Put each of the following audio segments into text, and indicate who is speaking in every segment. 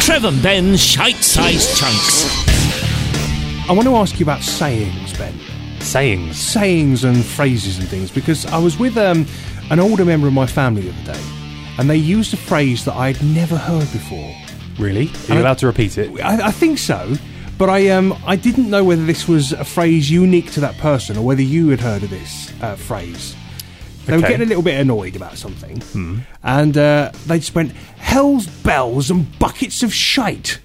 Speaker 1: Trevor and Ben Shite-Sized Chunks.
Speaker 2: I want to ask you about sayings, Ben.
Speaker 3: Sayings.
Speaker 2: Sayings and phrases and things, because I was with um, an older member of my family the other day, and they used a phrase that I had never heard before.
Speaker 3: Really? Are
Speaker 2: I-
Speaker 3: you allowed to repeat it?
Speaker 2: I, I think so, but I um I didn't know whether this was a phrase unique to that person or whether you had heard of this uh, phrase. They were
Speaker 3: Okay.
Speaker 2: getting a little bit annoyed about something, and uh, they just went hell's bells and buckets of shite.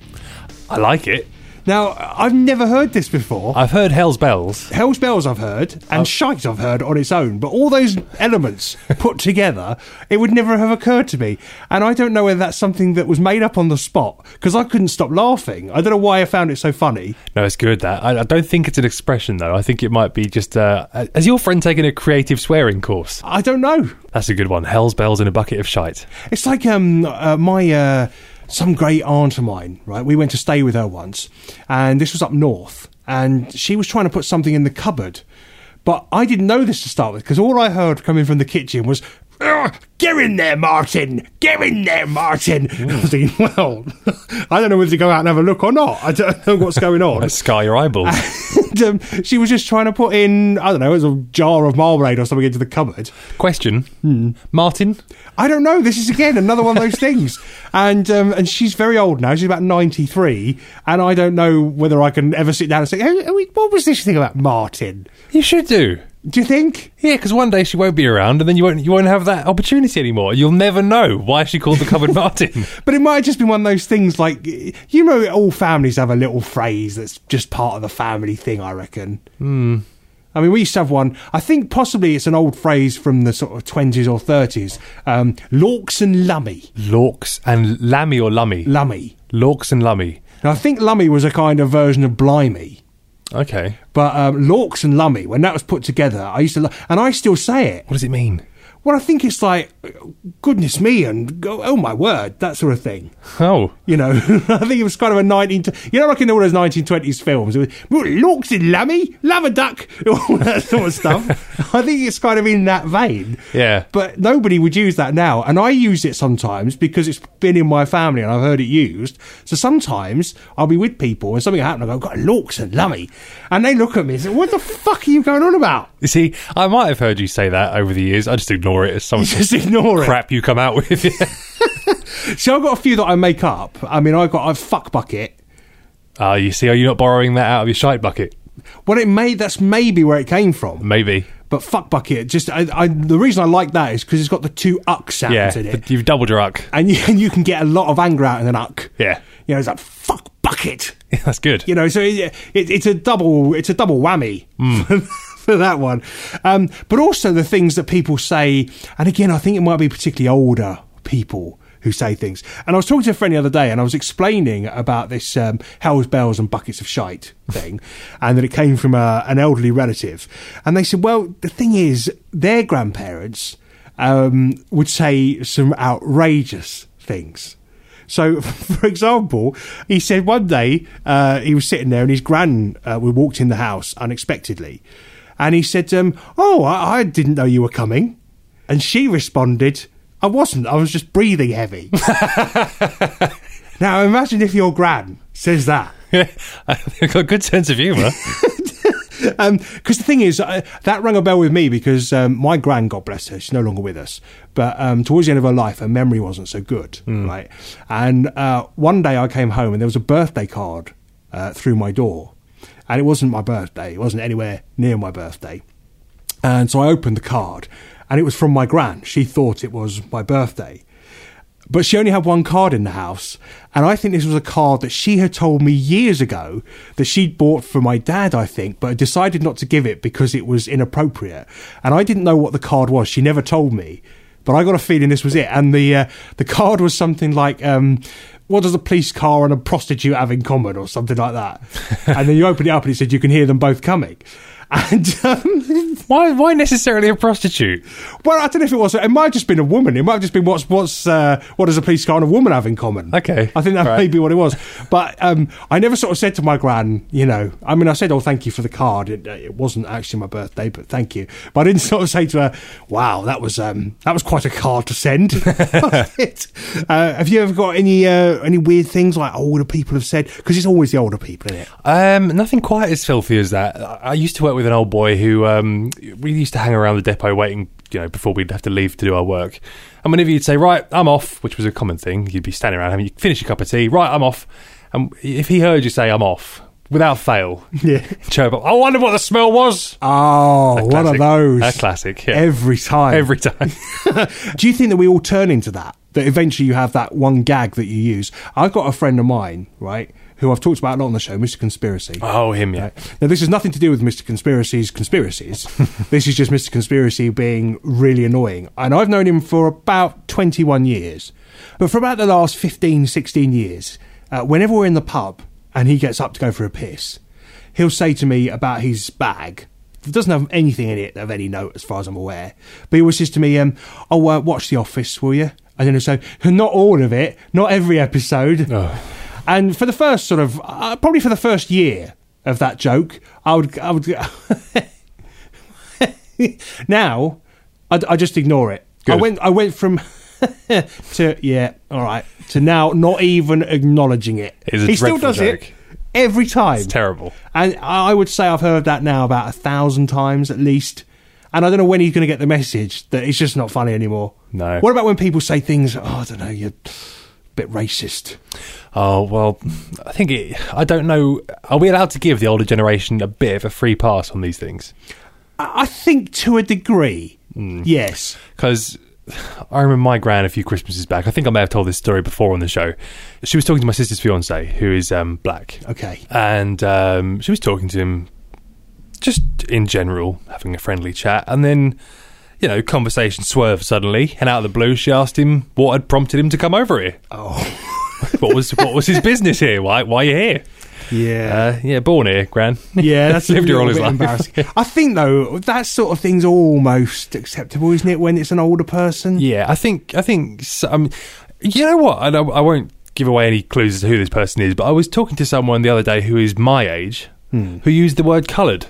Speaker 3: I like it.
Speaker 2: Now I've never heard this before.
Speaker 3: I've heard Hell's Bells.
Speaker 2: Hell's bells I've heard and shite I've heard on its own, but all those elements put together, it would never have occurred to me. And I don't know whether that's something that was made up on the spot because I couldn't stop laughing. I don't know why I found it so funny.
Speaker 3: No, it's good that. I, I don't think it's an expression, though. I think it might be just. Uh, has your friend taken a creative swearing course?
Speaker 2: I don't know.
Speaker 3: That's a good one. Hell's Bells in a bucket of shite.
Speaker 2: It's like um uh, my uh, some great aunt of mine, right? We went to stay with her once, and this was up north, and she was trying to put something in the cupboard, but I didn't know this to start with because all I heard coming from the kitchen was. "Ugh, Get in there, Martin! Get in there, Martin! I was thinking, well, I don't know whether to go out and have a look or not. I don't know what's going on.
Speaker 3: I scar your eyeballs.
Speaker 2: And, um, she was just trying to put in, I don't know, it was a jar of marmalade or something into the cupboard.
Speaker 3: Question Martin,
Speaker 2: I don't know. This is again another one of those things, and um, and she's very old now. She's about ninety three, and I don't know whether I can ever sit down and say, "Hey, are we- "What was this thing about Martin?"
Speaker 3: you should do.
Speaker 2: Do you think?
Speaker 3: Yeah, because one day she won't be around, and then you won't you won't have that opportunity anymore. You'll never know why she called the cupboard Martin.
Speaker 2: But it might have just been one of those things like you know, all families have a little phrase that's just part of the family thing. I reckon. I mean, we used to have one. I think possibly it's an old phrase from the sort of twenties or thirties. Um, Lorks and lummy,
Speaker 3: Lorks and Lammy or Lummy.
Speaker 2: lummy.
Speaker 3: Lorks and Lummy.
Speaker 2: Now I think lummy was a kind of version of blimey.
Speaker 3: Okay.
Speaker 2: But um, Lorks and Lummy, when that was put together, I used to, lo- and I still say it.
Speaker 3: What does it mean?
Speaker 2: Well, I think it's like, goodness me, and go, oh my word, that sort of thing.
Speaker 3: Oh,
Speaker 2: You know, I think it was kind of a 19, you know, like in all those 1920s films, it was, "Well, Lorks and Lummy, love a duck, all that sort of stuff. I think it's kind of in that vein.
Speaker 3: Yeah.
Speaker 2: But nobody would use that now. And I use it sometimes because it's been in my family and I've heard it used. So sometimes I'll be with people and something happened. I go, God, Lorks and Lummy. And they look at me and say, What the fuck are you going on about?
Speaker 3: you see, I might have heard you say that over the years. I just ignore it as some
Speaker 2: Just ignore it.
Speaker 3: crap you come out with.
Speaker 2: So I've got a few that I make up. I mean, I've got a fuck bucket.
Speaker 3: Ah, you see, are you not borrowing that out of your shite bucket?
Speaker 2: Well, it may, that's maybe where it came from.
Speaker 3: Maybe.
Speaker 2: But fuck bucket, just, I, I, the reason I like that is because it's got the two uck sounds
Speaker 3: Yeah,
Speaker 2: in it.
Speaker 3: but you've doubled your uck.
Speaker 2: and, you, and you can get a lot of anger out in an uck.
Speaker 3: Yeah.
Speaker 2: You know, it's like, fuck bucket.
Speaker 3: That's good.
Speaker 2: you know so it, it, it's a double it's a double whammy for that one um, but also the things that people say and again i think it might be particularly older people who say things and i was talking to a friend the other day and i was explaining about this um, hell's bells and buckets of shite thing and that it came from a, an elderly relative and they said well the thing is their grandparents um, would say some outrageous things so, for example, he said one day uh, he was sitting there and his gran uh, we walked in the house unexpectedly, and he said, um, "Oh, I-, I didn't know you were coming," and she responded, "I wasn't. I was just breathing heavy." now imagine if your gran says that.
Speaker 3: I've got a good sense of humour.
Speaker 2: Because the thing is, uh, that rang a bell with me because um, my gran, God bless her, she's no longer with us. But um, towards the end of her life, her memory wasn't so good, right? And uh, one day I came home and there was a birthday card uh, through my door. And it wasn't my birthday, it wasn't anywhere near my birthday. And so I opened the card and it was from my gran. She thought it was my birthday. But she only had one card in the house. And I think this was a card that she had told me years ago that she'd bought for my dad, I think, but decided not to give it because it was inappropriate. And I didn't know what the card was. She never told me. But I got a feeling this was it. And the, uh, the card was something like, um, what does a police car and a prostitute have in common or something like that? and then you open it up and it said, you can hear them both coming. And um,
Speaker 3: Why? Why necessarily a prostitute?
Speaker 2: well, I don't know if it was. It might have just been a woman. It might have just been what's what's uh, what does a police car and a woman have in common?
Speaker 3: Okay.
Speaker 2: I think that
Speaker 3: Right.
Speaker 2: may be what it was. But um, I never sort of said to my gran, you know, I mean, I said, "Oh, thank you for the card." It, uh, it wasn't actually my birthday, but thank you. But I didn't sort of say to her, "Wow, that was um, that was quite a card to send." It- uh, have you ever got any uh, any weird things like older people have said? Because it's always the older people in it.
Speaker 3: Um, nothing quite as filthy as that. I I used to work with an old boy who um, we used to hang around the depot waiting, you know, before we'd have to leave to do our work. And whenever you'd say, "Right, I'm off," which was a common thing, you'd be standing around having you finish your cup of tea. Right, I'm off. And if he heard you say, "I'm off," without fail,
Speaker 2: Yeah.
Speaker 3: chirp up. I wonder what the smell was.
Speaker 2: Oh, one
Speaker 3: Classic.
Speaker 2: of those.
Speaker 3: A classic. Yeah.
Speaker 2: Every time.
Speaker 3: Every time.
Speaker 2: Do you think that we all turn into that? That eventually you have that one gag that you use? I've got a friend of mine, right, who I've talked about a lot on the show, Mr. Conspiracy.
Speaker 3: oh, him. Yeah.
Speaker 2: Now, this has nothing to do with Mr. Conspiracy's conspiracies. this is just Mr. Conspiracy being really annoying. And I've known him for about 21 years. But for about the last 15, 16 years, uh, whenever we're in the pub and he gets up to go for a piss, he'll say to me about his bag. It doesn't have anything in it of any note, as far as I'm aware. But he always says to me, um, Oh, uh, watch The Office, will you? And then he'll say, Not all of it, not every episode. And for the first sort of, uh, probably for the first year of that joke, I would, I would. now, I, I just ignore it. I
Speaker 3: Good.
Speaker 2: went, I went from to yeah, all right, to now not even acknowledging it.
Speaker 3: It is a
Speaker 2: he still
Speaker 3: dreadful
Speaker 2: does
Speaker 3: joke.
Speaker 2: it every time.
Speaker 3: It's terrible.
Speaker 2: And I I would say I've heard that now about a thousand times at least. And I don't know when he's going to get the message that it's just not funny anymore.
Speaker 3: No.
Speaker 2: What about when people say things? Oh, I don't know. You're a bit racist.
Speaker 3: Oh well, I think it, I don't know. Are we allowed to give the older generation a bit of a free pass on these things?
Speaker 2: I I think to a degree,
Speaker 3: Mm.
Speaker 2: yes.
Speaker 3: because I remember my gran a few Christmases back. I think I may have told this story before on the show. She was talking to my sister's fiance, who is um, black,
Speaker 2: Okay.
Speaker 3: and um, she was talking to him just in general, having a friendly chat, and then. You know, conversation swerved suddenly, and out of the blue, she asked him what had prompted him to come over here.
Speaker 2: Oh,
Speaker 3: What was what was his business here? Why why are you here?
Speaker 2: yeah.
Speaker 3: Uh, yeah, born here, Gran.
Speaker 2: yeah, that's
Speaker 3: lived
Speaker 2: a
Speaker 3: here all
Speaker 2: little
Speaker 3: his
Speaker 2: bit
Speaker 3: life.
Speaker 2: embarrassing. I think though that sort of thing's almost acceptable, isn't it? When it's an older person,
Speaker 3: Yeah, I think I think so, um, you know what? I, don't- I won't give away any clues as to who this person is, but I was talking to someone the other day who is my age, who used the word coloured.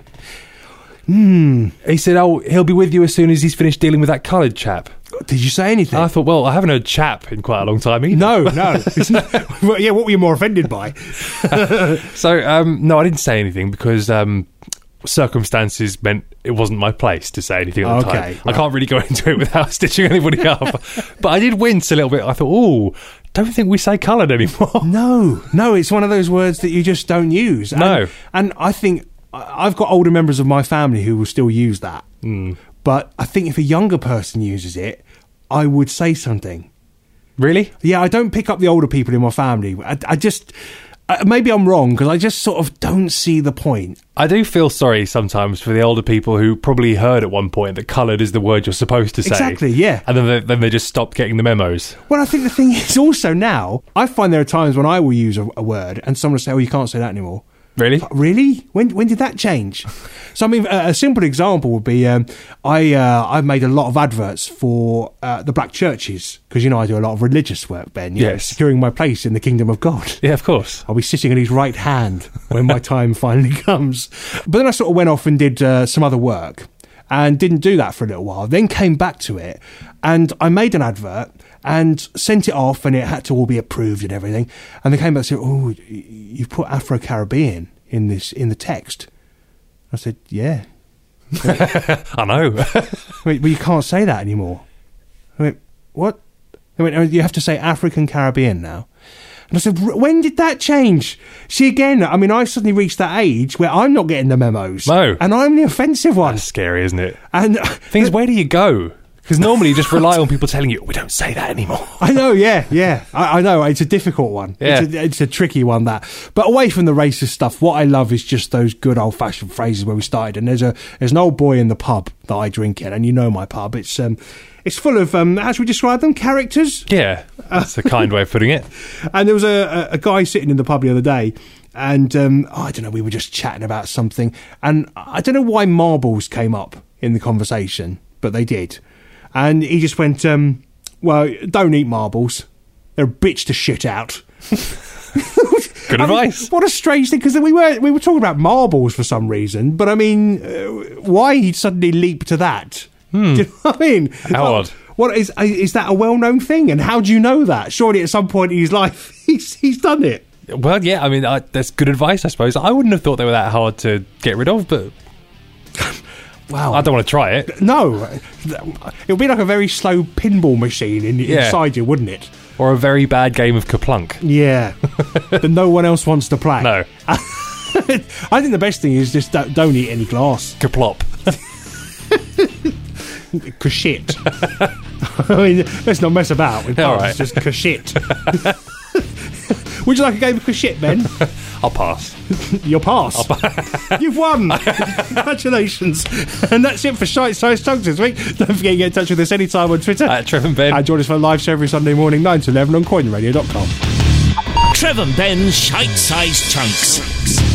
Speaker 3: He said, "Oh, he'll be with you as soon as he's finished dealing with that coloured chap."
Speaker 2: Did you say anything?
Speaker 3: And I thought, well, I haven't heard chap in quite a long time either.
Speaker 2: no, no. It's not- well, yeah, what were you more offended by?
Speaker 3: So, um, no, I didn't say anything because um, circumstances meant it wasn't my place to say anything at the
Speaker 2: Okay,
Speaker 3: time. I
Speaker 2: right.
Speaker 3: can't really go into it without stitching anybody up. But I did wince a little bit. I thought, oh, don't think we say coloured anymore.
Speaker 2: No, no. It's one of those words that you just don't use. And-
Speaker 3: No.
Speaker 2: and I think I- I've got older members of my family who will still use that. Mm. But I think if a younger person uses it, I would say something.
Speaker 3: Really?
Speaker 2: Yeah, I don't pick up the older people in my family. I, I just uh, maybe I'm wrong because I just sort of don't see the point.
Speaker 3: I do feel sorry sometimes for the older people who probably heard at one point that coloured is the word you're supposed to say.
Speaker 2: Exactly, yeah.
Speaker 3: And then they, then they just stopped getting the memos.
Speaker 2: Well, I think the thing is also now I find there are times when I will use a, a word and someone will say, "Oh, you can't say that anymore."
Speaker 3: Really?
Speaker 2: Like, Really? When when did that change? So I mean, a, a simple example would be um, I uh, I've made a lot of adverts for uh, the black churches because you know I do a lot of religious work, Ben. you know,
Speaker 3: Yes.
Speaker 2: securing my place in the kingdom of God.
Speaker 3: Yeah, of course.
Speaker 2: I'll be sitting on his right hand when my time finally comes. But then I sort of went off and did uh, some other work and didn't do that for a little while. Then came back to it and I made an advert and sent it off and it had to all be approved and everything. And they came back and said, "Oh, y- you've put Afro Caribbean in this in the text." I said, "Yeah."
Speaker 3: I know.
Speaker 2: I went, "Well, you can't say that anymore." I went, "What?" They went, "Oh, "You have to say African Caribbean now." And I said, "R- "When did that change?" See, again, I mean, I've suddenly reached that age where I'm not getting the memos,
Speaker 3: No.
Speaker 2: and I'm the offensive one.
Speaker 3: That's scary, isn't it?
Speaker 2: And
Speaker 3: Things, where do you go? Because normally you just rely on people telling you, we don't say that anymore.
Speaker 2: I know, yeah, yeah, I, I know. It's a difficult one. It's,
Speaker 3: Yeah.
Speaker 2: a, it's a tricky one that. But away from the racist stuff, what I love is just those good old fashioned phrases where we started. And there's a there's an old boy in the pub that I drink in, and you know my pub. It's um, It's full of um, how should we describe them? Characters.
Speaker 3: Yeah, that's a kind way of putting it.
Speaker 2: And there was a, a, a guy sitting in the pub the other day, and um, I don't know, we were just chatting about something, and I don't know why marbles came up in the conversation, but they did. And he just went, um, Well, don't eat marbles. They're a bitch to shit out.
Speaker 3: Good
Speaker 2: I mean,
Speaker 3: advice.
Speaker 2: what a strange thing, because we were we were talking about marbles for some reason, but I mean, uh, why he suddenly leaped to that? Do you know what I mean?
Speaker 3: Hmm. How
Speaker 2: What-
Speaker 3: odd.
Speaker 2: What is uh, is that a well known thing? And how do you know that? Surely at some point in his life he's he's done it.
Speaker 3: Well, yeah, I mean I, that's good advice, I suppose. I wouldn't have thought they were that hard to get rid of, but
Speaker 2: Wow.
Speaker 3: I don't want to try it.
Speaker 2: no, it would be like a very slow pinball machine in,
Speaker 3: Yeah.
Speaker 2: inside you, wouldn't it?
Speaker 3: Or a very bad game of Kaplunk.
Speaker 2: Yeah, that no one else wants to play.
Speaker 3: No,
Speaker 2: I think the best thing is just don't, don't eat any glass
Speaker 3: Kaplop.
Speaker 2: because shit. I mean, let's not mess about with
Speaker 3: All
Speaker 2: bars,
Speaker 3: right.
Speaker 2: just 'cause shit. Would you like a game of 'cause shit, Ben?
Speaker 3: I'll pass.
Speaker 2: You'll pass. You've won. Congratulations. And that's it for Shite Size Chunks this week. Don't forget to get in touch with us anytime on Twitter.
Speaker 3: At Trevor and Ben.
Speaker 2: and join us for a live show every Sunday morning, 9 to 11 on coinradio.com.
Speaker 1: Trev and Ben's Shite Size Chunks.